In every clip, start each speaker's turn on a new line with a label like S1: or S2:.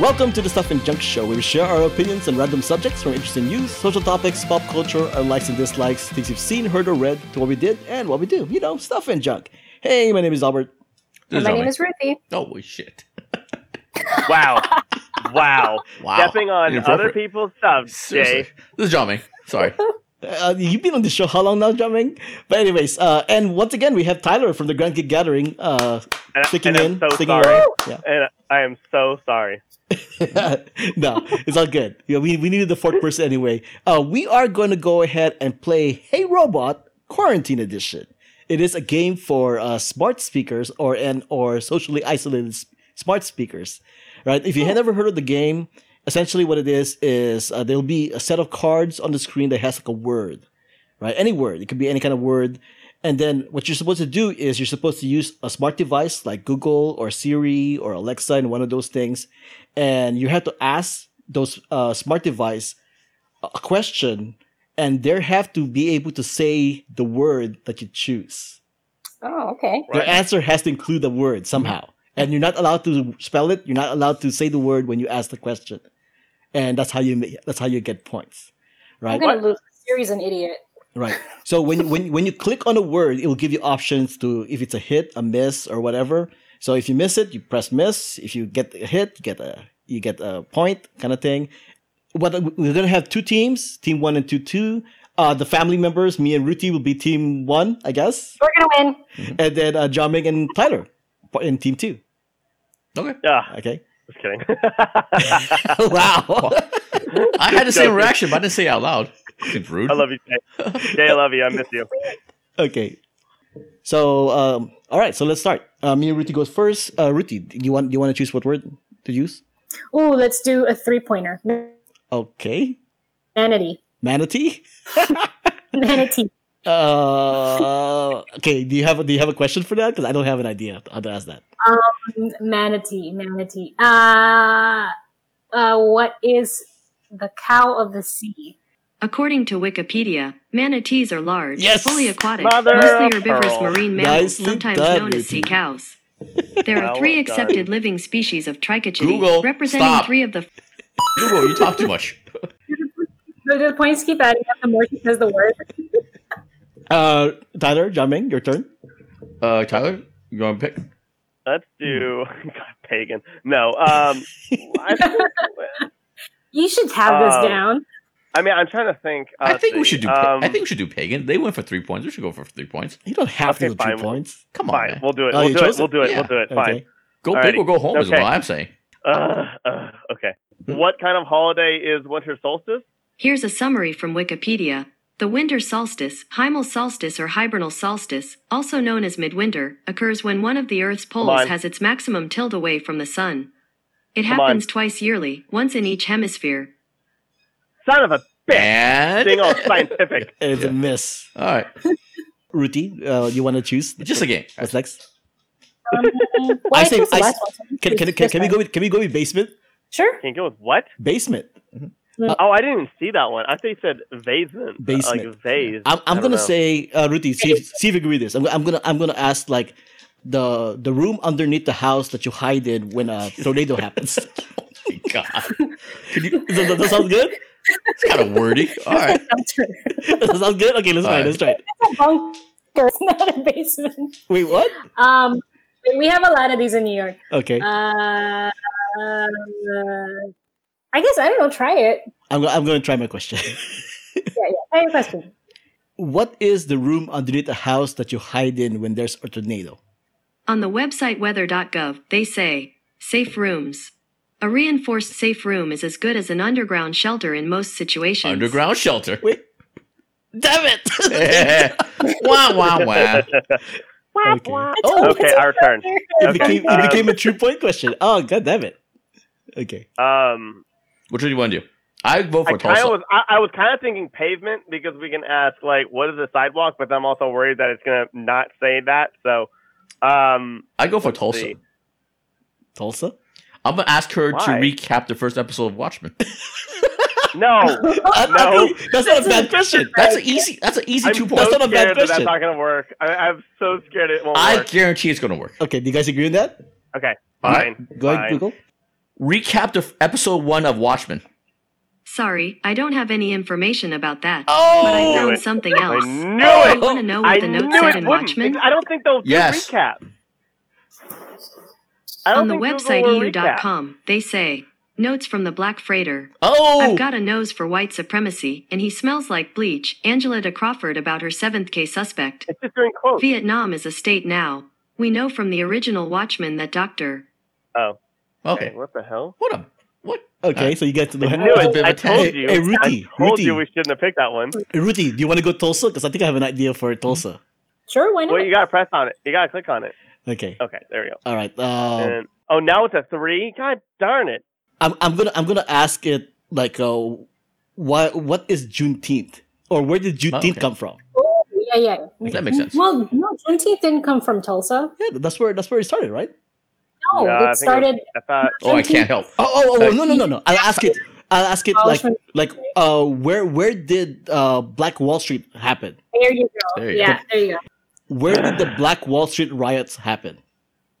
S1: Welcome to the Stuff and Junk Show, where we share our opinions on random subjects from interesting news, social topics, pop culture, our likes and dislikes, things you've seen, heard, or read, to what we did and what we do. You know, stuff and junk. Hey, my name is Albert.
S2: This
S3: And my name
S2: Omi.
S3: is Ruthie.
S2: Holy shit.
S4: Wow. wow.
S2: Wow.
S4: Stepping on other
S2: Inappropriate.
S4: people's stuff, Jay.
S2: Seriously. This is Jami. Sorry.
S1: Uh, you've been on the show how long now, Jamming? But anyways, uh, and once again, we have Tyler from the Grand Geek Gathering uh,
S4: And, I-
S1: sticking
S4: and
S1: in,
S4: I'm so
S1: sticking
S4: sorry.
S1: around. Yeah.
S4: And I am so sorry.
S1: no, it's all good. Yeah, we, we needed the fourth person anyway. Uh, we are going to go ahead and play Hey Robot Quarantine Edition. It is a game for uh, smart speakers or and or socially isolated s- smart speakers, right? If you had never heard of the game, essentially what it is is uh, there'll be a set of cards on the screen that has like a word, right? Any word. It could be any kind of word. And then what you're supposed to do is you're supposed to use a smart device like Google or Siri or Alexa and one of those things and you have to ask those uh, smart device a question and they have to be able to say the word that you choose
S3: Oh, okay.
S1: their answer has to include the word somehow and you're not allowed to spell it you're not allowed to say the word when you ask the question and that's how you ma- that's how you get points
S3: I'm
S1: right
S3: gonna lose. Siri's an idiot.
S1: Right. So when when when you click on a word, it will give you options to if it's a hit, a miss, or whatever. So if you miss it, you press miss. If you get a hit, you get a you get a point kind of thing. What we're gonna have two teams, team one and two two. Uh, the family members, me and Ruti, will be team one, I guess,
S3: We're gonna win.
S1: and then uh, John Ming and Tyler in team two.
S2: Okay.
S4: Yeah,
S1: Okay.
S4: Ah, just kidding.
S1: wow.
S2: I had the same
S4: Joking.
S2: reaction, but I didn't say it out loud. Seems rude.
S4: I love you, Jay. Jay, I love you. I miss you.
S1: okay. So um, all right. So let's start. Uh, me and Ruti goes first. Uh, Ruti, do you want do you want to choose what word to use?
S3: Ooh, let's do a three pointer.
S1: Okay.
S3: Manatee.
S1: Manatee?
S3: Manatee.
S1: Uh, okay, do you have a, do you have a question for that? Because I don't have an idea how to ask that.
S3: Manatee. Manatee. Uh, uh, what is the cow of the sea?
S5: According to Wikipedia, manatees are large,
S1: Yes!
S5: fully aquatic,
S4: Mother
S5: mostly
S4: of
S5: herbivorous
S4: pearl.
S5: marine mammals,
S1: Nicely
S5: sometimes
S1: done,
S5: known as sea
S1: Ruthie.
S5: cows. There are
S4: Well
S5: three
S4: done.
S5: accepted living species of
S2: Google,
S5: Trichichidae, representing
S2: stop.
S5: three of the
S2: Google, you talk too much.
S3: The, the points keep adding up the more she says the word.
S1: Uh, Tyler, Jamming, your turn.
S2: Uh, Tyler, you want to pick?
S4: Let's do
S2: Hmm.
S4: God, pagan. No. Um, I,
S3: You should have this
S1: Uh,
S4: Oh.
S3: down.
S4: I mean, I'm trying to think. Uh,
S2: I think we
S4: see.
S2: should do. pa-
S4: Um,
S2: I think we should do pagan. They went for three points. We should go for three points.
S1: You don't have
S4: Okay,
S1: to go two
S4: fine.
S1: points.
S2: Come on,
S4: fine.
S2: man.
S4: We'll do it.
S1: Oh,
S4: We'll
S1: you
S4: do it.
S1: chose
S4: We'll do it.
S2: Yeah.
S4: We'll do it. Fine.
S1: Okay.
S2: go
S4: alrighty.
S2: big or go home is
S4: Okay.
S2: what I'm saying.
S4: Uh, uh, okay.
S2: Hmm.
S4: What kind of holiday is winter solstice?
S5: Here's a summary from Wikipedia. The winter solstice, hymal solstice or hibernal solstice, also known as midwinter, occurs when one of the Earth's
S4: on.
S5: poles has its maximum tilt away from the sun. It
S4: Come on.
S5: happens twice yearly, once in each hemisphere.
S4: Son of a bitch!
S2: And
S4: Being all scientific.
S1: It's
S2: Yeah.
S1: a miss.
S2: all right,
S1: Ruti, uh, you want to choose?
S2: just a game.
S1: What's next?
S3: Um, well,
S1: I
S3: I
S1: say-
S3: chose the
S1: I
S3: last
S1: s-
S3: one.
S1: Can, can, can, can we go with can we go with basement?
S3: Sure.
S4: Can you go with what?
S1: Basement.
S4: Oh, I didn't even see that one. I thought you said vasen.
S1: Basement.
S4: Like vase.
S1: I'm,
S4: I
S1: I'm
S4: don't
S1: gonna
S4: know.
S1: say uh, Ruti. See if, see if you agree with this. I'm, I'm gonna I'm gonna ask like the the room underneath the house that you hide in when a tornado happens. Does
S2: God, Can you-
S1: that, does that sound good?
S2: it's kind of wordy. All right,
S3: That's true.
S1: Does that sound good? Okay, let's try. it,
S2: Alright.
S1: Let's try. it.
S3: It's a bunker. It's not a basement.
S1: Wait, what?
S3: Um, we have a lot of these in New York.
S1: Okay.
S3: Uh, uh, I guess I don't know. Try it.
S1: I'm, go- I'm going to try my question.
S3: Try your question.
S1: what is the room underneath a house that you hide in when there's a tornado?
S5: On the website weather.gov, they say safe rooms. A reinforced safe room is as good as an underground shelter in most situations.
S2: underground shelter.
S1: Wait. Damn it!
S2: wah wah wah.
S1: Okay.
S3: Oh,
S4: okay, our turn.
S1: It,
S4: Okay,
S1: became, it
S4: um,
S1: became a true point question. Oh, god damn it. Okay.
S4: Um,
S2: Which one do you want to do? I vote
S4: I
S2: for
S4: kind
S2: Tulsa.
S4: of was I, I was kind of thinking pavement because we can ask like what is the sidewalk, but I'm also worried that it's gonna not say that. So, um,
S2: I go for
S4: Let's
S2: Tulsa.
S4: see.
S1: Tulsa?
S2: I'm gonna ask her to
S4: Why?
S2: recap the first episode of Watchmen.
S4: no, No.
S1: That's not Oh, a bad question.
S2: That's an easy. That's an easy
S4: I'm
S2: two
S4: so
S2: points.
S1: That's not a bad
S4: scared that
S1: question.
S4: that's not gonna work. I, I'm so scared it won't
S2: I
S4: work.
S2: guarantee it's gonna work.
S1: Okay, do you guys agree on that?
S4: Okay, fine.
S1: Go ahead,
S4: fine.
S1: Google.
S2: recap the f- episode one of Watchmen.
S5: Sorry, I don't have any information about that. but I
S2: Oh,
S5: found something
S4: I
S5: else.
S4: knew
S5: Do
S4: it.
S5: you want to know
S4: I
S5: what the
S4: knew
S5: note said
S4: it
S5: in
S4: wouldn't.
S5: Watchmen?
S4: I don't think they'll do
S2: Yes.
S4: recap. I don't
S5: On the
S4: think Google
S5: website E
S4: will recap.
S5: eu.com, they say, Notes from the Black Freighter. I've
S2: oh,
S5: got a nose for white supremacy, and he smells like bleach. Angela de Crawford about her seventh K suspect.
S4: It's just doing quotes.
S5: Vietnam is a state now. We know from the original Watchmen that Doctor.
S4: oh, okay.
S2: okay.
S4: What the hell?
S2: What a what?
S1: Okay, so you get to
S4: I
S1: the
S4: knew
S2: I've
S4: it.
S2: been
S4: I
S2: a
S4: told
S1: hey,
S4: you.
S1: hey, Ruti,
S4: I told
S1: Ruti.
S4: you we shouldn't have picked that one.
S1: Hey, Ruti, do you want to go Tulsa? Because I think I have an idea for Tulsa.
S3: Sure, why not?
S4: Well, you gotta press on it. You gotta click on it.
S1: Okay.
S4: Okay, there we go.
S1: All right. Um,
S4: And, oh, now it's a three. God darn it!
S1: I'm I'm gonna I'm gonna ask it like uh, why what is Juneteenth or where did Juneteenth
S2: okay.
S1: come from?
S3: Oh, yeah, yeah.
S2: I think that makes sense.
S3: Well, no, Juneteenth didn't come from Tulsa.
S1: Yeah, that's where that's where it started, right?
S3: No,
S4: Yeah, I
S3: it
S4: think
S3: started.
S4: I thought
S2: Oh, I can't help.
S1: Oh oh, oh, oh no no no no! I'll ask it. I'll ask it like
S3: Abolishment-
S1: like uh where where did uh Black Wall Street happen?
S3: there you go.
S2: There you
S3: yeah, there you go.
S1: Where did the Black Wall Street riots happen?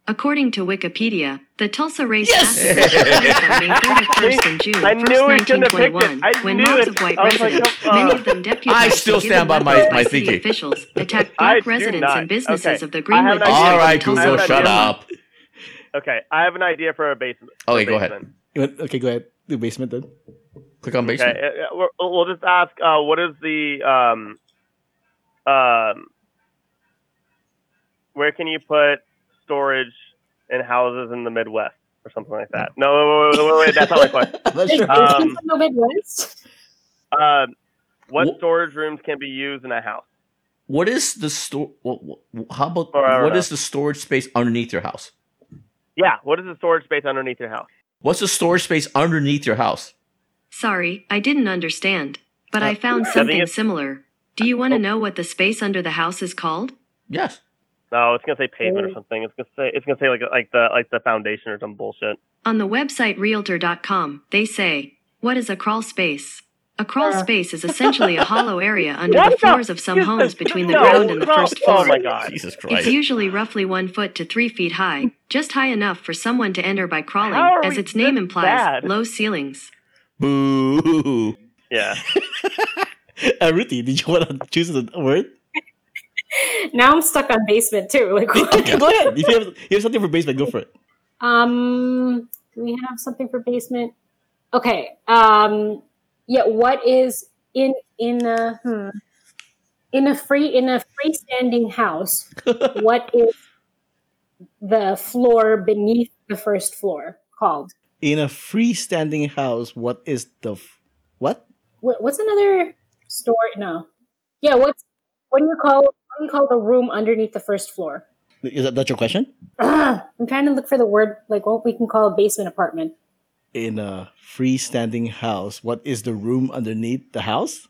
S5: According to Wikipedia, the Tulsa race
S1: Yes!
S5: happened on May 31st and June
S4: I
S5: 1st,
S4: knew we shouldn't have picked it.
S5: 1921,
S4: I
S5: when
S4: knew
S5: mobs
S4: it.
S5: of white
S4: I was like,
S5: residents,
S4: "Oh,
S5: many
S4: uh,
S5: of them deputized
S2: I still
S5: and given
S2: stand by my-
S5: weapons
S2: my
S5: city
S2: thinking.
S5: officials, attacked
S4: I
S5: black
S4: do
S5: residents
S4: not.
S5: and businesses
S4: Okay.
S5: of the
S4: I have
S5: Greenwood
S4: an idea.
S5: District
S2: All
S5: of
S2: right,
S5: Tulsa.
S2: Google,
S4: idea.
S2: shut up.
S4: okay. I have an idea for a basement.
S2: Okay,
S4: a
S2: go ahead.
S4: basement.
S1: You went- Okay, go ahead. The basement then.
S2: Click on
S4: Okay,
S2: basement.
S4: uh, uh, we'll, we'll just ask. Uh, what is the um, um, where can you put storage in houses in the Midwest or something like that? No, wait, wait, wait, wait that's not my question.
S1: I'm not
S3: Is
S1: sure.
S4: Uh,
S3: Juneteenth from the Midwest?
S4: Um, what
S2: Wh-
S4: storage rooms can be used in a house?
S2: What is the store? What, how about
S4: Or I don't
S2: what
S4: know.
S2: is the storage space underneath your house?
S4: Yeah, what is the storage space underneath your house?
S2: What's the storage space underneath your house?
S5: Sorry, I didn't understand, but I found
S4: Uh, think
S5: something
S4: it's- Oh.
S5: similar. Do you want to know what the space under the house is called?
S2: Yes.
S4: No, Oh, it's gonna say pavement or something. It's gonna say it's gonna say like like the like the foundation or some bullshit.
S5: On the website realtor.com, they say, What is a crawl space? A crawl
S3: Uh.
S5: space is essentially a hollow area under
S4: What
S5: the
S4: the-
S5: floors of some
S4: Is
S5: homes
S4: this-
S5: between the
S4: no,
S5: ground and the
S4: no,
S5: first
S4: Oh
S5: floor.
S4: my god!
S2: Jesus Christ.
S5: It's usually roughly one foot to three feet high, just high enough for someone to enter by crawling,
S4: How are
S5: as
S4: we
S5: its name
S4: this
S5: implies,
S4: bad?
S5: low ceilings.
S2: Boo.
S4: Yeah.
S1: Uh, Ruti, did you want to choose a word?
S3: Now I'm stuck on basement too. Like, what?
S1: Okay, go ahead. If you have, if you have something for basement, go for it.
S3: um, do we have something for basement? Okay. Um, yeah. What is in in a hmm, in a free in a freestanding house? what is the floor beneath the first floor called?
S1: In a freestanding house, what is the f- what?
S3: What, what's another store? No. Yeah. What's what do you call what do you call the room underneath the first floor?
S1: Is that that's your question?
S3: Ugh, I'm trying to look for the word like what we can call a basement apartment.
S1: In a freestanding house, what is the room underneath the house?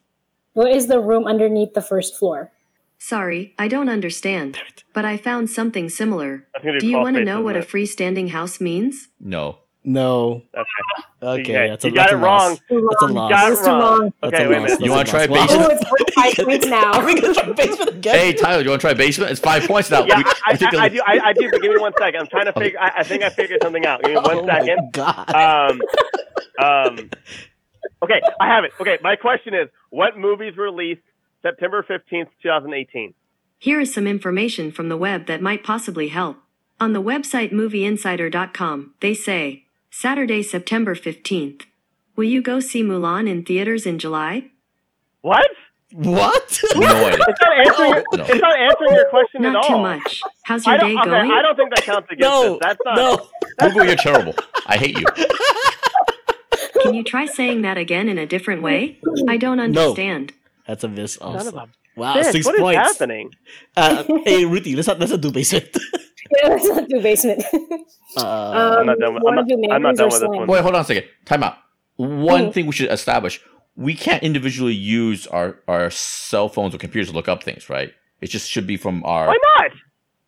S3: What is the room underneath the first floor?
S5: Sorry, I don't understand,
S1: it.
S5: but I found something similar.
S4: That's gonna be
S5: Do you
S4: crawl
S5: want to
S4: space,
S5: know what a
S4: isn't
S5: freestanding house means?
S2: No.
S1: No.
S4: Okay.
S1: Okay,
S4: Okay,
S1: that's a,
S4: you got
S1: that's a
S4: it wrong.
S1: loss.
S3: Too
S1: That's a
S3: long.
S1: loss.
S4: got it
S3: It's too
S4: wrong.
S3: long.
S1: That's
S4: Okay,
S1: a
S4: wait a
S1: loss.
S4: minute.
S1: That's
S2: You
S1: a
S2: wanna try
S1: loss. Wow.
S3: Oh, it's worth five points
S1: Are
S3: now.
S1: we gonna try basement again?
S2: Hey, Tyler, you want to try basement? It's five points now.
S4: Yeah,
S2: Oh, We- we
S4: I, I,
S2: took a-
S4: I, I do. I, I do. But give me one second. I'm trying to figure. I, I think I figured something out. Give me
S1: Oh
S4: one
S1: my
S4: second.
S1: God.
S4: Um, um, okay, I have it. Okay, my question is: What movies released September fifteenth, two thousand eighteen?
S5: Here is some information from the web that might possibly help. On the website movieinsider.com, they say, Saturday, September 15th. Will you go see Mulan in theaters in July?
S4: What?
S1: what?
S2: no idea.
S4: It's not answering.
S2: No.
S4: It's not answering your question at
S5: Not
S4: all.
S5: too much. How's
S4: I
S5: your
S4: don't.
S5: day
S4: okay,
S5: going?
S4: I don't think that counts against
S1: no.
S4: this. That's not.
S1: no.
S2: Google, you're terrible. I hate you.
S5: Can you try saying that again in a different way? I don't understand.
S1: That's a miss.
S4: Son of
S1: Also.
S4: a
S1: Wow,
S4: bitch,
S1: Uh, six
S4: what is
S1: points.
S4: happening?
S1: Uh, hey, Ruti, let's not let's not do basement.
S3: Yeah, Let's not do basement.
S1: Uh,
S3: Um,
S4: not done with-
S3: one
S4: I'm
S3: of the
S4: not- I'm not
S3: neighbors
S4: done
S3: are
S4: with this
S3: slang.
S4: one.
S2: Wait, hold on a second. Time out. One
S3: Oh.
S4: Mm.
S2: thing we should establish we can't individually use our, our cell phones or computers to look up things, right? It just should be from our.
S4: Why not?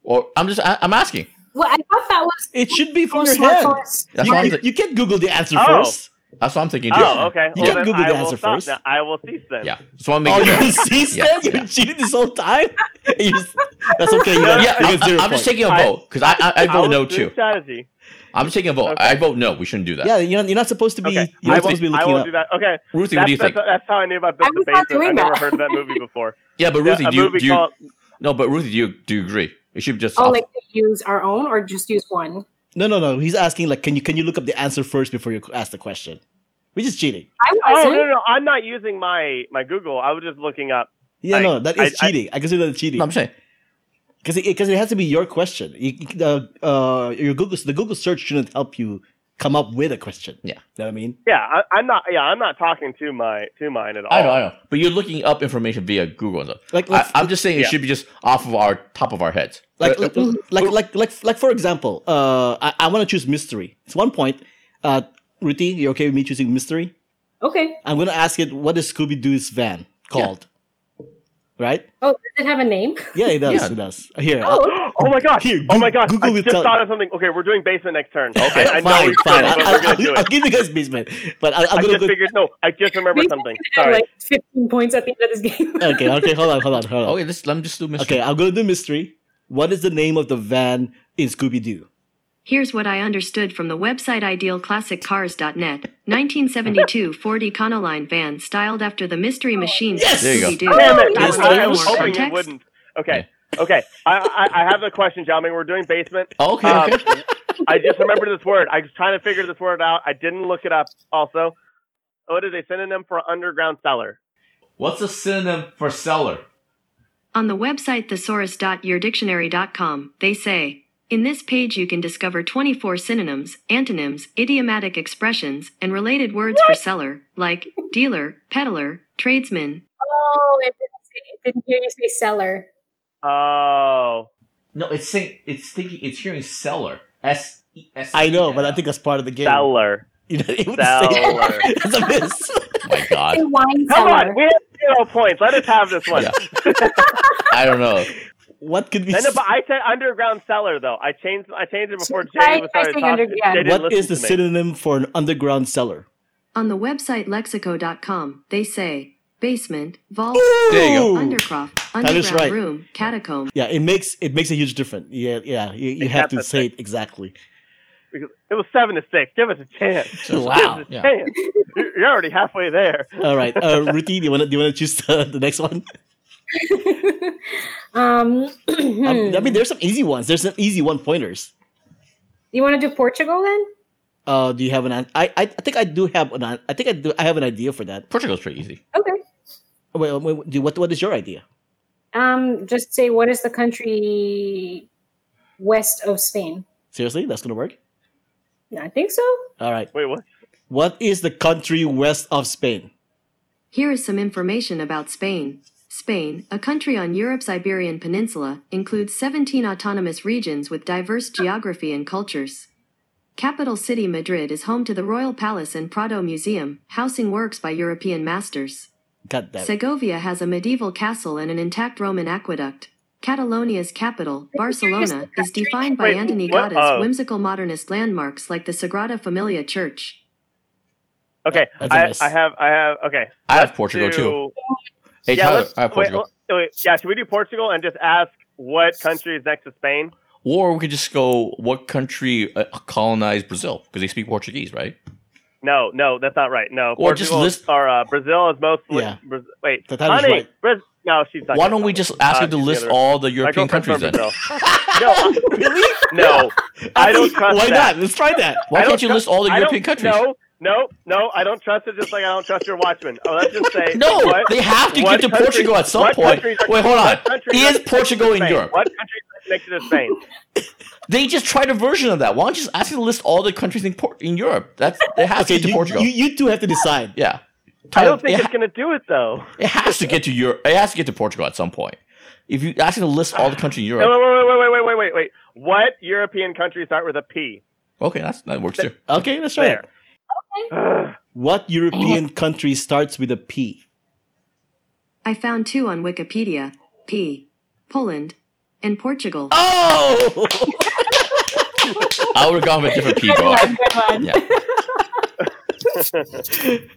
S2: Or I'm just I, I'm asking.
S3: Well, I thought that was
S1: it should be from
S3: for
S1: your head.
S3: smartphones.
S2: That's
S1: you,
S2: what I'm
S1: you can't Google the answer
S4: Oh.
S1: first.
S2: That's what I'm thinking. too.
S4: Oh, okay.
S1: You
S4: well,
S1: can't
S4: then
S1: Google
S4: I
S1: the
S4: will
S1: answer
S4: stop
S1: first.
S4: now. I will cease then.
S2: Yeah. So I'm
S1: Oh,
S2: making.
S1: you see,
S2: Yeah,
S1: that? You've been cheating this whole time. You just- that's okay. You
S4: No,
S1: got,
S2: yeah,
S1: you
S2: I,
S1: got zero
S2: am just
S1: points.
S2: taking a
S4: I-
S2: vote because I I, I
S4: I
S2: vote
S4: will
S2: no
S4: do
S2: too.
S4: Strategy.
S2: I'm taking a vote.
S4: Okay.
S2: I vote no. We shouldn't do that.
S1: Yeah, you're not, you're not supposed to be.
S4: Okay.
S1: You're
S4: I
S1: not
S4: won't,
S1: supposed to be
S4: I
S1: looking
S4: won't
S1: up.
S4: do that. Okay.
S2: Ruthie,
S4: That's,
S2: what do you
S4: that's,
S2: think?
S4: that's how I knew about the
S3: I was
S4: debate.
S3: not doing
S4: I never
S3: that.
S4: heard of that movie before.
S2: yeah, but
S4: Yeah,
S2: Ruthie,
S4: a
S2: do you,
S4: movie
S2: do you
S4: called
S2: no? But Ruthie, do you do you agree? It should be just
S3: Oh,
S2: off-
S3: like to use our own or just use one?
S1: No, no, no. He's asking like, can you can you look up the answer first before you ask the question? Which is cheating.
S3: I
S4: Oh
S3: wasn't.
S4: no, no, no! I'm not using my my Google. I was just looking up.
S1: Yeah,
S4: I-
S1: no, that is
S4: I- I-
S1: cheating. I, consider that cheating
S2: No, I'm saying
S1: because it, 'cause it has to be your question. You, the uh, your Google the Google search shouldn't help you come up with a question.
S2: Yeah.
S1: know what I mean.
S4: Yeah, I, I'm not. Yeah, I'm not talking to my to mine at all.
S2: I know, I know. But you're looking up information via Google and stuff.
S1: Like,
S2: I,
S1: like,
S2: I'm just saying it
S4: Yeah.
S2: should be just off of our top of our heads.
S1: like,
S2: Uh,
S1: like, like, like, like, like, for example, uh, I, I want to choose mystery. It's one point. Uh, Ruti, you okay with me choosing mystery?
S3: Okay.
S1: I'm gonna ask it. What is Scooby Doo's van called? Right?
S3: Oh, does it have a name?
S1: Yeah, it does.
S2: Yeah.
S1: It does. Here, I'll-
S3: Oh,
S4: Oh my gosh!
S1: Here,
S4: oh my
S1: Goo-
S4: gosh!
S1: Google
S4: I
S1: will
S4: just
S1: tell-
S4: thought of something. Okay, we're doing basement next turn.
S2: Okay.
S4: I, I know
S1: fine,
S4: we
S1: fine.
S4: but
S1: I'll,
S4: we're gonna
S1: I'll,
S4: do
S1: I'll
S4: it.
S1: give you guys basement, but I, I'm
S4: I
S1: gonna
S4: just
S1: go.
S4: figured. No, I just remembered
S3: Maybe I
S4: something.
S3: had
S4: Sorry.
S3: like 15 points at the end of this game.
S1: Okay, okay, hold on, hold on, hold on.
S2: uh,
S4: Oh,
S2: okay, let's let me just do mystery.
S1: Okay, I'm gonna do mystery. What is the name of the van in Scooby Doo?
S5: Here's what I understood from the website idealclassiccars.net. 1972 Ford Econoline van styled after the mystery machine.
S1: Yes!
S2: There you go.
S5: Scooby-Doo.
S4: Damn it!
S3: Oh,
S4: I,
S1: yes,
S4: I,
S1: there
S4: was
S1: was
S5: For more
S4: hoping it
S5: context,
S4: wouldn't. Okay. Okay. I, I I have a question, Xiaoming. We're doing basement.
S2: Oh, Okay,
S4: Um,
S2: okay.
S4: I just remembered this word. I was trying to figure this word out. I didn't look it up. Also, what is a synonym for underground cellar?
S2: What's a synonym for seller?
S5: On the website thesaurus.yourdictionary.com, they say, in this page you can discover 24 synonyms, antonyms, idiomatic expressions, and related words for seller, like dealer, peddler, tradesman.
S3: Oh, it didn't, say, it didn't hear you say seller.
S4: Oh,
S2: No, it's saying it's thinking it's hearing seller. S E S.
S1: I know, but I think that's part of the game.
S4: cellar.
S1: You know, it would say
S4: Cellar.
S1: that's a miss.
S2: Oh my God,
S3: Say wine
S4: Come
S3: cellar.
S4: on, we have zero points. Let us have this one.
S2: Yeah. I don't know.
S1: What could be?
S4: I know, but I said underground cellar though. I changed. I changed it before
S3: I-
S4: Jay was
S3: I
S4: started
S3: think
S4: talking.
S3: under- yeah.
S4: Jay didn't
S1: what
S4: listen
S1: is the
S4: to me.
S1: synonym for an underground cellar?
S5: On the website lexico.com, they say, basement, vault,
S2: There you go.
S1: Ooh!
S5: undercroft,
S1: Tyler's
S5: underground
S1: right.
S5: room, catacomb.
S1: Yeah, it makes it makes a huge difference. Yeah, yeah, you, you
S4: It
S1: have
S4: got
S1: to
S4: that
S1: say it exactly.
S4: Because It was seven to six. Give us a chance.
S1: Wow.
S4: Give us a chance. You're you're already halfway there.
S1: All right, uh, Ruti, do you want to do you want to choose the, the next one?
S3: um,
S1: I mean- I
S3: hmm.
S1: mean, there's some easy ones. There's some easy one pointers.
S3: you want to do Portugal then?
S1: Uh, do you have an? an- I I I think I do have an. an- I think I do. I have an idea for that. Oh,
S2: Portugal's pretty easy.
S3: Okay.
S1: Wait, wait, wait, do what? What is your idea?
S3: Um, just say what is the country west of Spain?
S1: Seriously, that's gonna work.
S3: I think so.
S1: All right.
S4: Wait, what?
S1: What is the country west of Spain?
S5: Here is some information about Spain. Spain, a country on Europe's Iberian Peninsula, includes 17 autonomous regions with diverse geography and cultures. Capital city Madrid is home to the Royal Palace and Prado Museum, housing works by European masters.
S1: God damn. it.
S5: Segovia has a medieval castle and an intact Roman aqueduct. Catalonia's capital, Barcelona, is defined by
S4: Wait,
S5: Antoni
S4: what?
S5: Gaudí's
S4: Oh.
S5: whimsical modernist landmarks like the Sagrada Familia Church.
S4: Okay,
S1: That's a
S4: I,
S1: miss.
S4: I have. I have. Okay.
S2: I have
S4: Let's
S2: Portugal
S4: do-
S2: too. Hey
S4: yeah,
S2: Tyler,
S4: let's-
S2: I have
S4: wait, oh.
S2: Portugal.
S4: l- wait, yeah, should we do Portugal and just ask what country is next to Spain?
S2: Or we could just go. What country uh, colonized Brazil? Because they speak Portuguese, right?
S4: No, no, that's not right. No,
S2: Or just
S4: Portugal
S2: list-
S4: or uh, Brazil is mostly.
S1: Yeah.
S4: Braz- wait,
S1: That was
S4: honey,
S1: right.
S4: Braz- no, she's not.
S2: Why
S4: gonna
S2: don't we
S4: tell
S2: just
S4: me.
S2: ask
S4: Uh,
S2: him to
S4: she's
S2: list
S4: the other-
S2: all the
S4: My
S2: European countries
S4: girlfriend's
S2: then?
S4: from Brazil.
S1: really?
S4: no, no, I don't trust
S1: Why
S4: that.
S1: not? Let's try that.
S2: Why
S4: I don't
S2: can't you
S4: tru-
S2: list all the
S4: I
S2: European
S4: don't-
S2: countries?
S4: No, no, no, I don't trust it. Just like I don't trust your Watchmen. Oh, let's just say
S2: No,
S4: what-
S2: they have to get
S4: what
S2: to
S4: countries-
S2: Portugal at some
S4: what
S2: point.
S4: countries are-
S2: Wait, hold on.
S4: what countries
S2: Is
S4: are-
S2: Portugal in
S4: Spain?
S2: Europe?
S4: What country is next to Spain?
S2: They just tried a version of that. Why don't you just ask you to list all the countries in, Por- in Europe? That's it has
S1: Okay,
S2: to get to
S1: you,
S2: Portugal.
S1: You, you two have to decide.
S2: yeah,
S4: I don't
S2: Tyler,
S4: think
S2: it,
S4: it's gonna do it though.
S2: ha- it has to get to Europe. It has to get to Portugal at some point. If you ask him to list all the countries in
S4: No,
S2: Europe,
S4: wait, wait, wait, wait, wait, wait, wait, wait. What European countries start with a P?
S2: okay, that's, that works too.
S1: Okay, let's try
S4: There.
S1: it.
S4: Ugh.
S1: What European country starts with a P?
S5: I found two on Wikipedia P. Poland and Portugal.
S1: Oh!
S2: I would have gone with a different people.
S3: Good one.
S2: Yeah.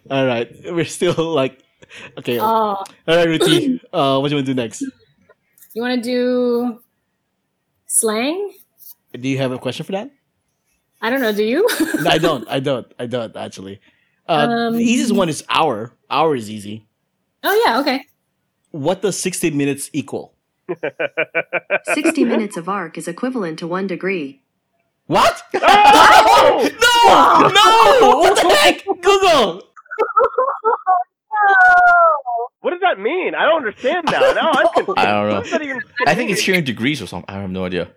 S1: All right, we're still like, okay. All
S3: Oh,
S1: right, Ruti, uh, what do you want to do next?
S3: you want to do slang?
S1: Do you have a question for that?
S3: I don't know. Do you?
S1: No, I don't. I don't. I don't actually. Uh,
S3: Um,
S1: the easiest one is hour. Hour is easy.
S3: oh yeah. Okay.
S1: What does sixty minutes equal?
S5: 60 minutes of arc is equivalent to 1 degree.
S1: What? No!
S4: Oh!
S1: No! What the heck? Google.
S4: What does that mean? I don't understand now. Now I'm confused.
S2: I don't know.
S4: What does that even
S2: I think it's
S4: mean?
S2: here in degrees or something. I have no idea.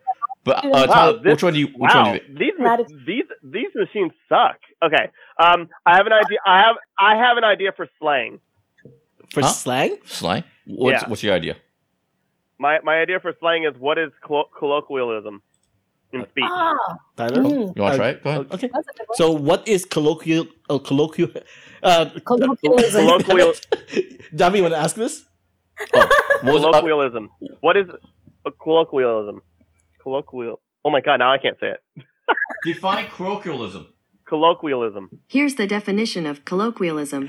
S2: But uh,
S3: Wow,
S2: Tyler,
S4: this-
S2: which one do you? Which
S4: Wow,
S2: one do you?
S4: these ma-
S3: That is-
S4: these these machines suck. Okay, um, I have an idea. I have I have an idea for slang.
S1: For
S2: Huh?
S1: slang?
S2: Slang. What's
S4: Yeah.
S2: What's your idea?
S4: My my idea for slang is what is collo- colloquialism
S2: Uh,
S4: in speech.
S3: Ah,
S1: Tyler?
S3: mm,
S2: You
S1: Uh,
S2: want to try it? Go ahead.
S1: Okay.
S3: that's a good one.
S1: So what is colloquial uh, colloquial uh
S3: Colloquialism.
S4: Colloquial-
S1: Davi, you wanna ask this?
S2: What was it? Uh,
S4: colloquialism. What is a colloquialism? Colloquial. Oh my god! Now I can't say it.
S2: define colloquialism.
S4: Colloquialism.
S5: Here's the definition of colloquialism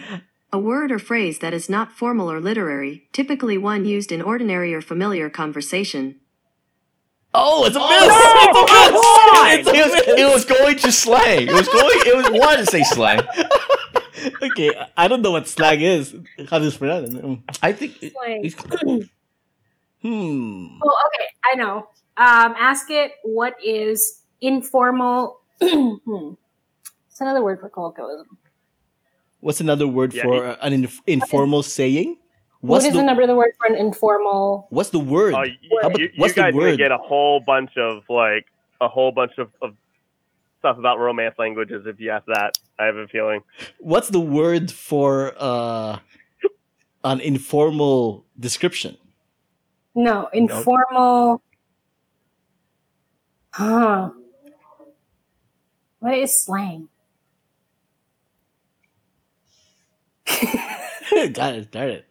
S5: a word or phrase that is not formal or literary, typically one used in ordinary or familiar conversation.
S1: Oh, it's a miss!
S4: Oh,
S1: it's a
S2: It
S1: miss!
S2: was,
S1: It's a miss!
S2: it was going to slang. It was going. It was wanted to say slang.
S1: okay, I- I don't know what slang is. How do you pronounce it? Mm.
S2: I think. it-
S3: Slang.
S2: it's-
S1: Hmm.
S3: Oh, okay. I know. Um, ask it what is informal. Hmm. It's another word for colloquialism.
S1: What's another word
S4: Yeah,
S1: for uh, an inf- informal saying? What's
S3: What's what is
S1: the
S3: another word for an informal?
S1: What's the word?
S4: Oh,
S2: Uh,
S4: you, you-
S1: How about-
S4: you
S1: what's the
S4: guys
S1: word?
S4: gonna get a whole bunch of like a whole bunch of, of stuff about romance languages if you ask that. I have a feeling.
S1: What's the word for uh, an informal description?
S3: No, informal. Huh. What is slang?
S1: God darn it!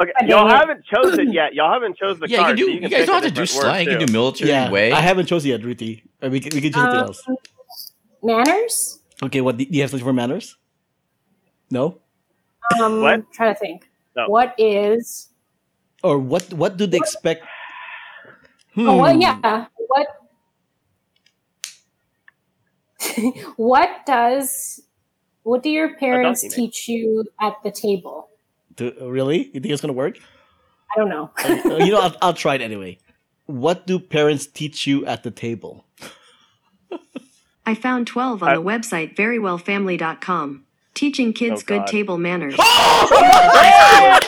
S4: Okay,
S3: I don't
S4: y'all
S3: know.
S4: haven't chose it yet. Y'all haven't chose the
S2: yeah, you can
S4: card.
S2: do.
S4: so
S2: You, guys
S4: pick a
S2: don't have to do
S4: different word,
S2: slang. You
S4: too.
S2: can do military
S1: Yeah,
S2: way.
S1: I haven't chosen yet, Ruti. Uh, We can, we can choose something
S3: Um,
S1: else.
S3: Manners?
S1: Okay, what do you have something for manners? No,
S3: Um,
S4: What?
S3: Try to think.
S4: No.
S3: What is?
S1: or what? What do they expect? Hmm.
S3: Oh, well, yeah. What? what does? What do your parents
S4: donkey make.
S3: teach you at the table?
S1: Hmm. Do- really? You think it's gonna work?
S3: I don't know.
S1: Uh, you know, I'll, I'll try it anyway. What do parents teach you at the table?
S5: I found 12 on the website verywellfamily.com. Teaching kids
S4: Oh,
S5: good
S4: God.
S5: table manners.
S4: Oh, well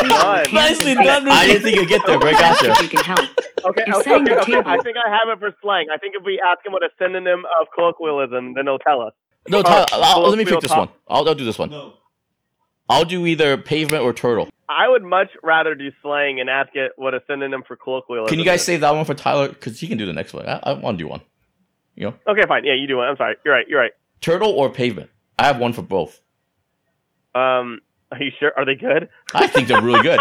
S4: done.
S1: Nicely done,
S2: I didn't
S1: Ruti.
S2: think you'd get there, but I got there.
S5: If you can help.
S4: Okay,
S5: You're
S4: okay,
S5: setting
S4: okay,
S5: the
S4: okay.
S5: table.
S4: I think I have it for slang. I think if we ask him what a synonym of colloquialism, then he'll tell us.
S2: No, Tyler,
S4: Oh,
S2: I'll- I'll- let me
S4: colloquial
S2: pick this one.
S4: talk.
S2: I'll, I'll do this one. I'll do either pavement or turtle.
S4: I would much rather do slang and ask it what a synonym for colloquialism.
S2: Can you guys
S4: is.
S2: save that one for Tyler? Because he can do the next one. I, I want to do one. You know,
S4: Okay, fine. Yeah, you do one. I'm sorry. You're right. You're right.
S2: turtle or pavement. I have one for both.
S4: Um, are you sure? Are they good?
S2: I think they're really good.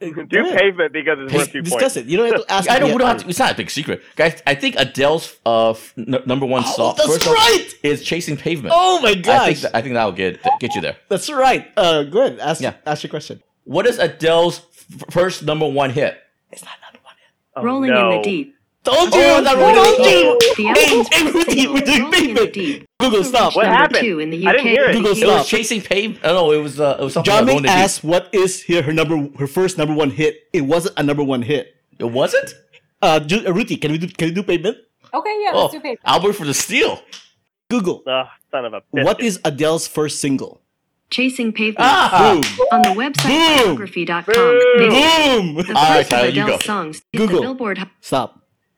S1: Uh, go
S4: Do
S1: ahead.
S4: pavement because it's worth two
S1: Discuss
S4: points.
S1: it. You don't have to ask.
S2: I
S1: me
S2: don't. We
S1: yet,
S2: don't have
S1: Ruti.
S2: to, it's not a big secret, guys. I think Adele's uh, f- n- number one
S1: Oh,
S2: song
S1: that's
S2: first song
S1: right.
S2: is "Chasing Pavement."
S1: Oh my
S2: I think
S1: gosh,
S2: that, I think that'll get get you there.
S1: that's right. Uh, go ahead. Ask
S2: Yeah.
S1: ask your question.
S2: What is Adele's f- first number one hit?
S1: It's not number one.
S4: Oh,
S5: Rolling
S4: no.
S5: in the deep.
S1: Told you,
S2: Oh,
S1: that
S2: no.
S1: told you.
S5: The
S1: Hey,
S5: album
S1: hey, Ruti, we're doing
S5: Rolling in the
S1: pavement.
S5: Deep.
S1: Google, stop.
S4: What
S5: Number
S4: happened?
S5: two in the UK.
S4: I didn't hear it.
S1: Google,
S2: It
S1: stop.
S2: was "Chasing Pavement." Oh no, it was uh, it was something. about
S1: Jamming
S2: Rolling in the Deep.
S1: asked what is her, her number her first number one hit. It wasn't a number one hit.
S2: It wasn't.
S1: Uh, Ju- uh, Ruti, can we do can we do pavement?
S3: okay, yeah,
S2: Oh,
S3: let's do paper.
S2: Albert for the steal.
S1: Google.
S4: Ugh, son of a bitch.
S1: What is Adele's first single?
S5: Chasing pavement.
S2: Ah,
S5: On the website
S1: Boom.
S5: biography.com.
S4: Boom. Ah,
S5: The
S1: Boom!
S5: first
S2: All right,
S5: of
S2: Tyler, you
S5: Adele's
S2: go.
S5: songs hit
S1: Google.
S5: the Billboard
S1: Ah. Stop.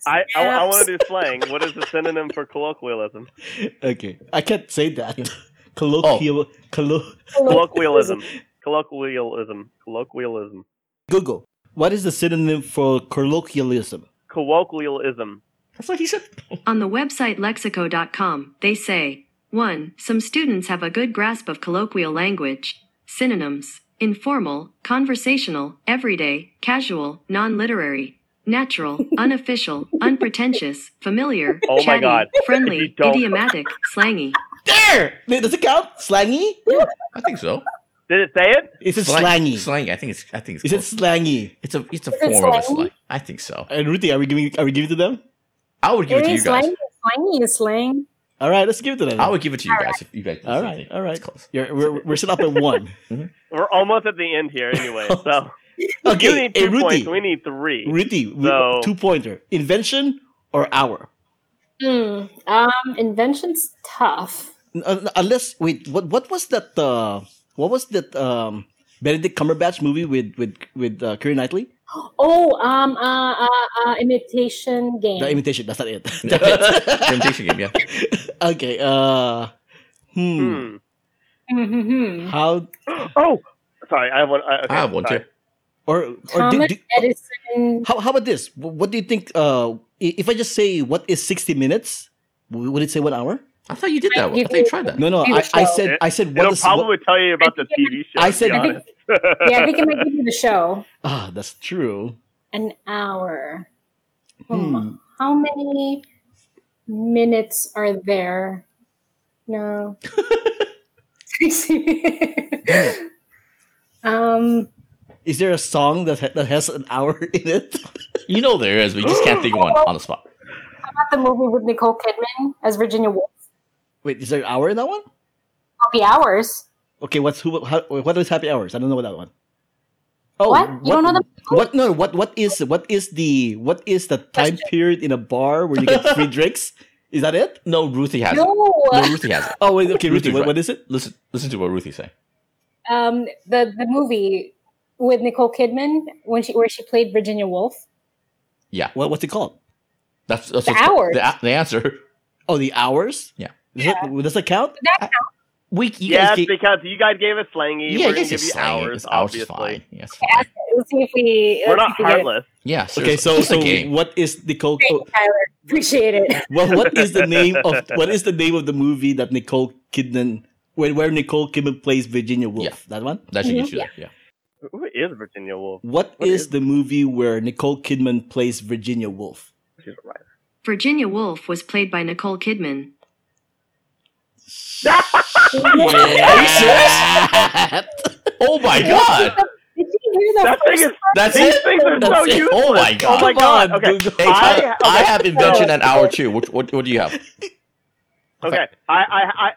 S4: I, I, want to do slang. What is the synonym for colloquialism?
S1: Okay, I can't say that. Colloquial,
S2: Oh.
S1: collo-
S4: Colloquialism. Colloquialism. Colloquialism.
S1: Google. What is the synonym for colloquialism?
S4: Colloquialism.
S2: that's what he said.
S5: On the website lexico.com, they say 1. Some students have a good grasp of colloquial language. Synonyms informal, conversational, everyday, casual, non literary, natural, unofficial, unpretentious, familiar,
S4: Oh my
S5: chatty,
S4: God. You
S5: friendly,
S4: don't-
S5: idiomatic, slangy.
S1: There. Wait, Does it count? Slangy?
S2: I think so.
S4: Did it say it?
S1: Is it
S2: Slang-
S1: slangy?
S2: Slangy. I think it's. I think it's.
S1: Is it
S2: close.
S1: slangy?
S2: It's a. It's a
S3: Is it
S2: form of a
S3: slang?
S2: slang. I think so.
S1: And Ruti, are we giving? Are we giving it to them?
S2: I would give it to you guys.
S3: slang is slangy is slang.
S1: All right, let's give it to them.
S2: I would give it to you guys if you guys. did
S1: All right,
S2: something.
S1: all right.
S2: It's close.
S1: You're, we're, we're set up at one.
S4: We're almost at the end here anyway. So you
S1: Okay,
S4: need
S1: hey,
S4: two
S1: Ruti,
S4: points. We need three.
S1: Ruti, we-
S4: So-
S1: two pointer: invention or hour?
S3: Hmm. Um, invention's tough.
S1: N- un- Unless wait, what what was that? Uh, what was that? Um, Benedict Cumberbatch movie with with with uh, Keira Knightley?
S3: Oh, um, uh, uh, uh imitation game.
S1: The imitation. That's not it. Damn it.
S2: Temptation game, yeah.
S1: okay. Uh, hmm.
S4: Hmm.
S3: Mhm.
S1: How
S4: Oh, sorry. I have one. I, okay,
S2: I have one
S4: sorry.
S2: too.
S1: or or do,
S3: Thomas
S1: do,
S3: Edison.
S1: how how about this? Wh- What do you think? Uh, i- if I just say what is sixty minutes, w- would it say one hour?
S2: I thought you did that
S3: I'd
S2: one. I
S3: give
S2: thought you
S3: you-
S2: tried that.
S1: No, no. I,
S3: Give it a
S1: I
S3: shot.
S1: said I said what
S4: It'll
S1: is what,
S4: probably tell you about the
S3: I think-
S4: TV show.
S1: I
S4: to
S1: said-
S4: be
S1: I think-
S4: honest.
S3: yeah, they can make it to the show.
S1: ah that's true.
S3: An hour. Hmm.
S1: Hmm.
S3: How many minutes are there? No. um.
S1: Is there a song that ha- that has an hour in it?
S2: You know there is, but you just can't think of one on the spot.
S3: about the movie with Nicole Kidman as Virginia Woolf?
S1: Wait, is there an hour in that one?
S3: Happy Hours.
S1: Okay, what's who? How, wait, what is Happy Hours? I don't know what that one. Oh,
S3: What? You don't know the-
S1: What? No. What? What is? What is the? What is the time period in a bar where you get free drinks? Is that it?
S2: No, Ruthie has it.
S3: No.
S2: No, Ruthie has it.
S1: Oh, wait, okay, Ruthie.
S2: Ruthie's
S1: What,
S2: right.
S1: what is it?
S2: Listen, listen to what Ruthie say.
S3: Um. The the movie with Nicole Kidman when she where she played Virginia Woolf.
S2: Yeah,
S1: What? What's it called?
S2: that's, that's
S3: The
S2: what's called-
S3: hours.
S2: The, a- the answer.
S1: Oh, the hours.
S2: Yeah.
S1: Does, that- does that count?
S2: We, you
S4: yes,
S2: guys gave,
S4: because you guys gave us slangy.
S2: yeah, I
S4: We're gonna
S2: guess
S4: give
S2: it's
S4: you
S2: slang.
S4: hours.
S2: It's hours is
S4: obviously,
S2: fine. Yeah, it's fine.
S3: Let's see if we.
S4: we're
S3: let's
S4: not
S3: see if we get it.
S4: heartless.
S2: Yeah, seriously.
S1: Okay, so
S2: It's a
S1: so
S2: game.
S1: what is Nicole?
S3: Thank you, Tyler. Appreciate it.
S1: What what is the name of what is the name of the movie that Nicole Kidman where where Nicole Kidman plays Virginia Woolf?
S2: Yeah.
S1: That one.
S2: That should
S3: Mhm.
S2: get you there. Yeah.
S4: Who is Virginia Woolf?
S1: What
S4: What
S1: is,
S4: is-
S1: the movie where Nicole Kidman plays Virginia Woolf?
S4: She's a writer.
S5: Virginia Woolf was played by Nicole Kidman.
S2: Oh my god.
S3: Did you hear that?
S4: That thing
S3: first
S4: is.
S2: That's
S4: These
S2: it.
S4: things are so
S2: That's it.
S4: useless.
S2: Oh my
S4: Oh my
S2: god.
S4: god.
S1: Come on,
S4: Okay.
S1: Google.
S2: Hey,
S4: I-
S2: Tyler, I, have invention an hour too. What, what, what do you have?
S4: Okay. I I I,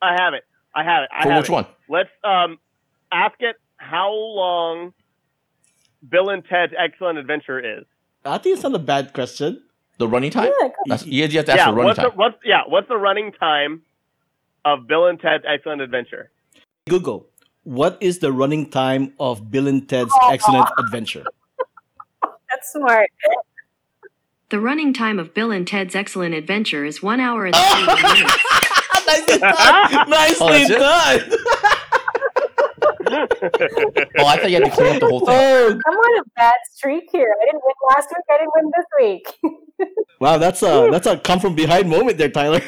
S4: I have it. I have it. I
S2: For
S4: have
S2: which
S4: it.
S2: one?
S4: Let's um ask it how long Bill and Ted's Excellent Adventure is.
S1: I think it's not a bad question.
S2: The running time?
S3: look.
S2: That's, you have to ask
S4: yeah,
S2: for running
S4: what's
S2: time.
S4: the what's yeah, what's the running time of Bill and Ted's Excellent Adventure?
S1: Google. What is the running time of Bill and Ted's Excellent Adventure?
S3: That's smart.
S5: The running time of Bill and Ted's Excellent Adventure is one hour and thirty minutes.
S1: Nicely done. Nicely
S2: that's it?
S1: done.
S2: oh, I thought you had to clean up the whole thing.
S1: Oh,
S3: I'm on a bad streak here. I didn't win last week. I didn't win this week.
S1: wow, that's a that's a come from behind moment there, Tyler.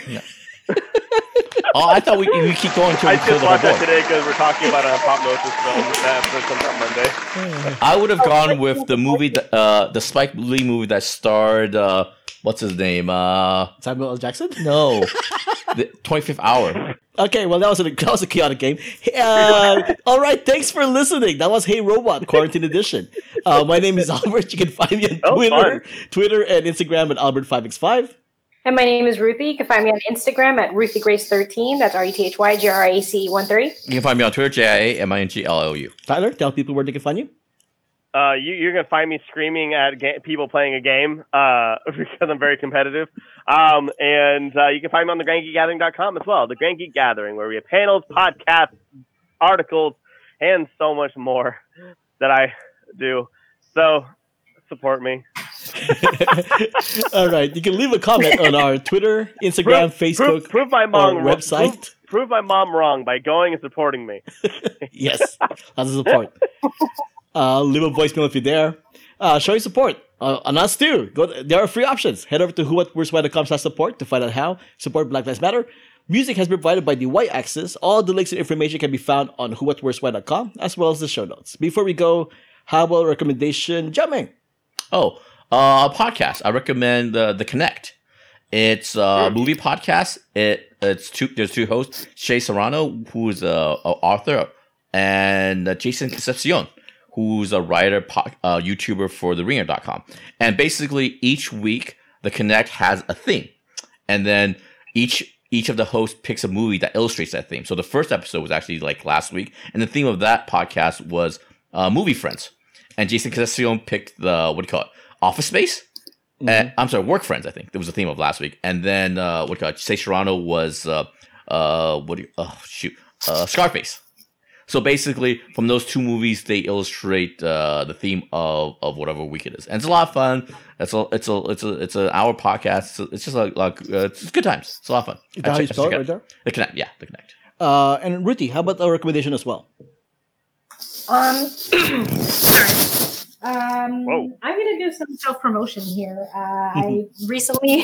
S2: Oh, I thought we, we keep going until
S4: I
S2: we kill
S4: just
S2: the whole
S4: watched that
S2: board.
S4: today because we're talking about a pop Moses film that first comes out Monday.
S2: I would have gone with the movie, that, uh, the Spike Lee movie that starred, uh, what's his name? Uh,
S1: Samuel L. Jackson.
S2: no, the 25th hour.
S1: Okay, well that was a that was a chaotic game. Uh, all right, thanks for listening. That was Hey Robot Quarantine Edition. Uh, my name is Albert. You can find me on
S4: Oh,
S1: Twitter, Twitter and Instagram at Albert5x5.
S3: And my name is Ruthie. You can find me on Instagram at RuthieGrace13. That's R E T H Y G R I A C 1 3.
S2: You can find me on Twitter, J-I-A-M-I-N-G-L-O-U.
S1: Tyler, tell people where they can find you.
S4: Uh, you, you're gonna find me screaming at ga- people playing a game uh, because I'm very competitive. Um, and uh, you can find me on thegrandgeekgathering.com as well, the Grand Geek Gathering, where we have panels, podcasts, articles, and so much more that I do. So support me.
S1: All right, you can leave a comment on our Twitter, Instagram,
S4: Prove,
S1: Facebook,
S4: prove my
S1: or
S4: mom wrong- Prove,
S1: website.
S4: prove my mom wrong by going and supporting me.
S1: Yes, that's a support. Uh, leave a voicemail if you're there. Uh, show your support. Uh, and us too. Go there are free options. Head over to whowhatwhereswhy.com slash support to find out how. Support Black Lives Matter. Music has been provided by the Y Axis. All the links and information can be found on whowhatwhereswhy.com as well as the show notes. Before we go, how about a recommendation? Jamming.
S2: Oh, uh, a podcast. I recommend uh, the Connect. It's a movie podcast. It it's two. There's two hosts: Shay Serrano, who's a, a author, and uh, Jason Concepcion, who's a writer, po- uh, YouTuber for the Ringer.com. And basically, each week the Connect has a theme, and then each each of the hosts picks a movie that illustrates that theme. So the first episode was actually like last week, and the theme of that podcast was uh, movie friends. And Jason Casacion picked the what do you call it? Office Space.
S1: Mm-hmm.
S2: And, I'm sorry, Work Friends. I think that was the theme of last week. And then uh, what do you call it? Say Serrano was uh, uh, what do you? Oh shoot, uh, Scarface. So basically, from those two movies, they illustrate uh, the theme of, of whatever week it is, and it's a lot of fun. It's a it's a it's a it's an hour podcast. It's, it's just like, like uh, it's good times. It's a lot of fun.
S1: Is that how
S2: I
S1: you
S2: check- I
S1: spell it
S2: check
S1: right
S2: out.
S1: there?
S2: The connect, yeah, the connect.
S1: Uh, and Ruthie, how about a recommendation as well?
S3: Um, sorry. Um,
S4: Whoa.
S3: I'm going to do some self promotion here. Uh, I recently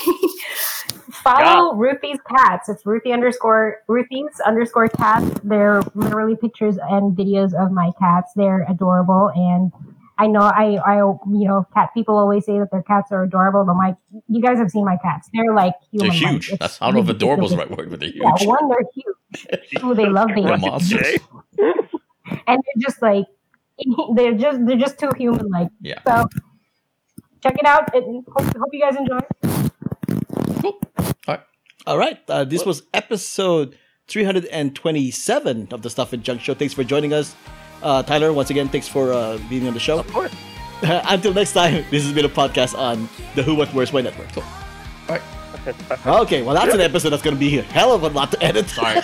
S3: follow Ruthie's Cats. It's Ruthie underscore Ruthie's underscore cats. They're literally pictures and videos of my cats. They're adorable, and I know I, I, you know, cat people always say that their cats are adorable, but my, you guys have seen my cats. They're like
S2: They're
S3: human.
S2: huge. That's, I don't know if adorable is the right word, but they're
S3: Yeah,
S2: huge.
S3: one, they're huge. Two, they love
S2: They're
S3: babies
S2: monsters.
S4: Okay.
S3: and they're just like they're just they're just too human like
S2: Yeah.
S3: so check it out and hope, hope you guys enjoy
S2: Cool. All right.
S1: All right. Uh, this was episode 327 of the Stuff and Junk Show. Thanks for joining us. Uh, Tyler, once again, thanks for uh, being on the show.
S2: Of course.
S1: Until next time, this has been a podcast on the Who, What, Where's, Why Network.
S2: Cool. All right.
S1: Okay, well, that's an episode that's going to be a hell of a lot to edit.
S2: Sorry.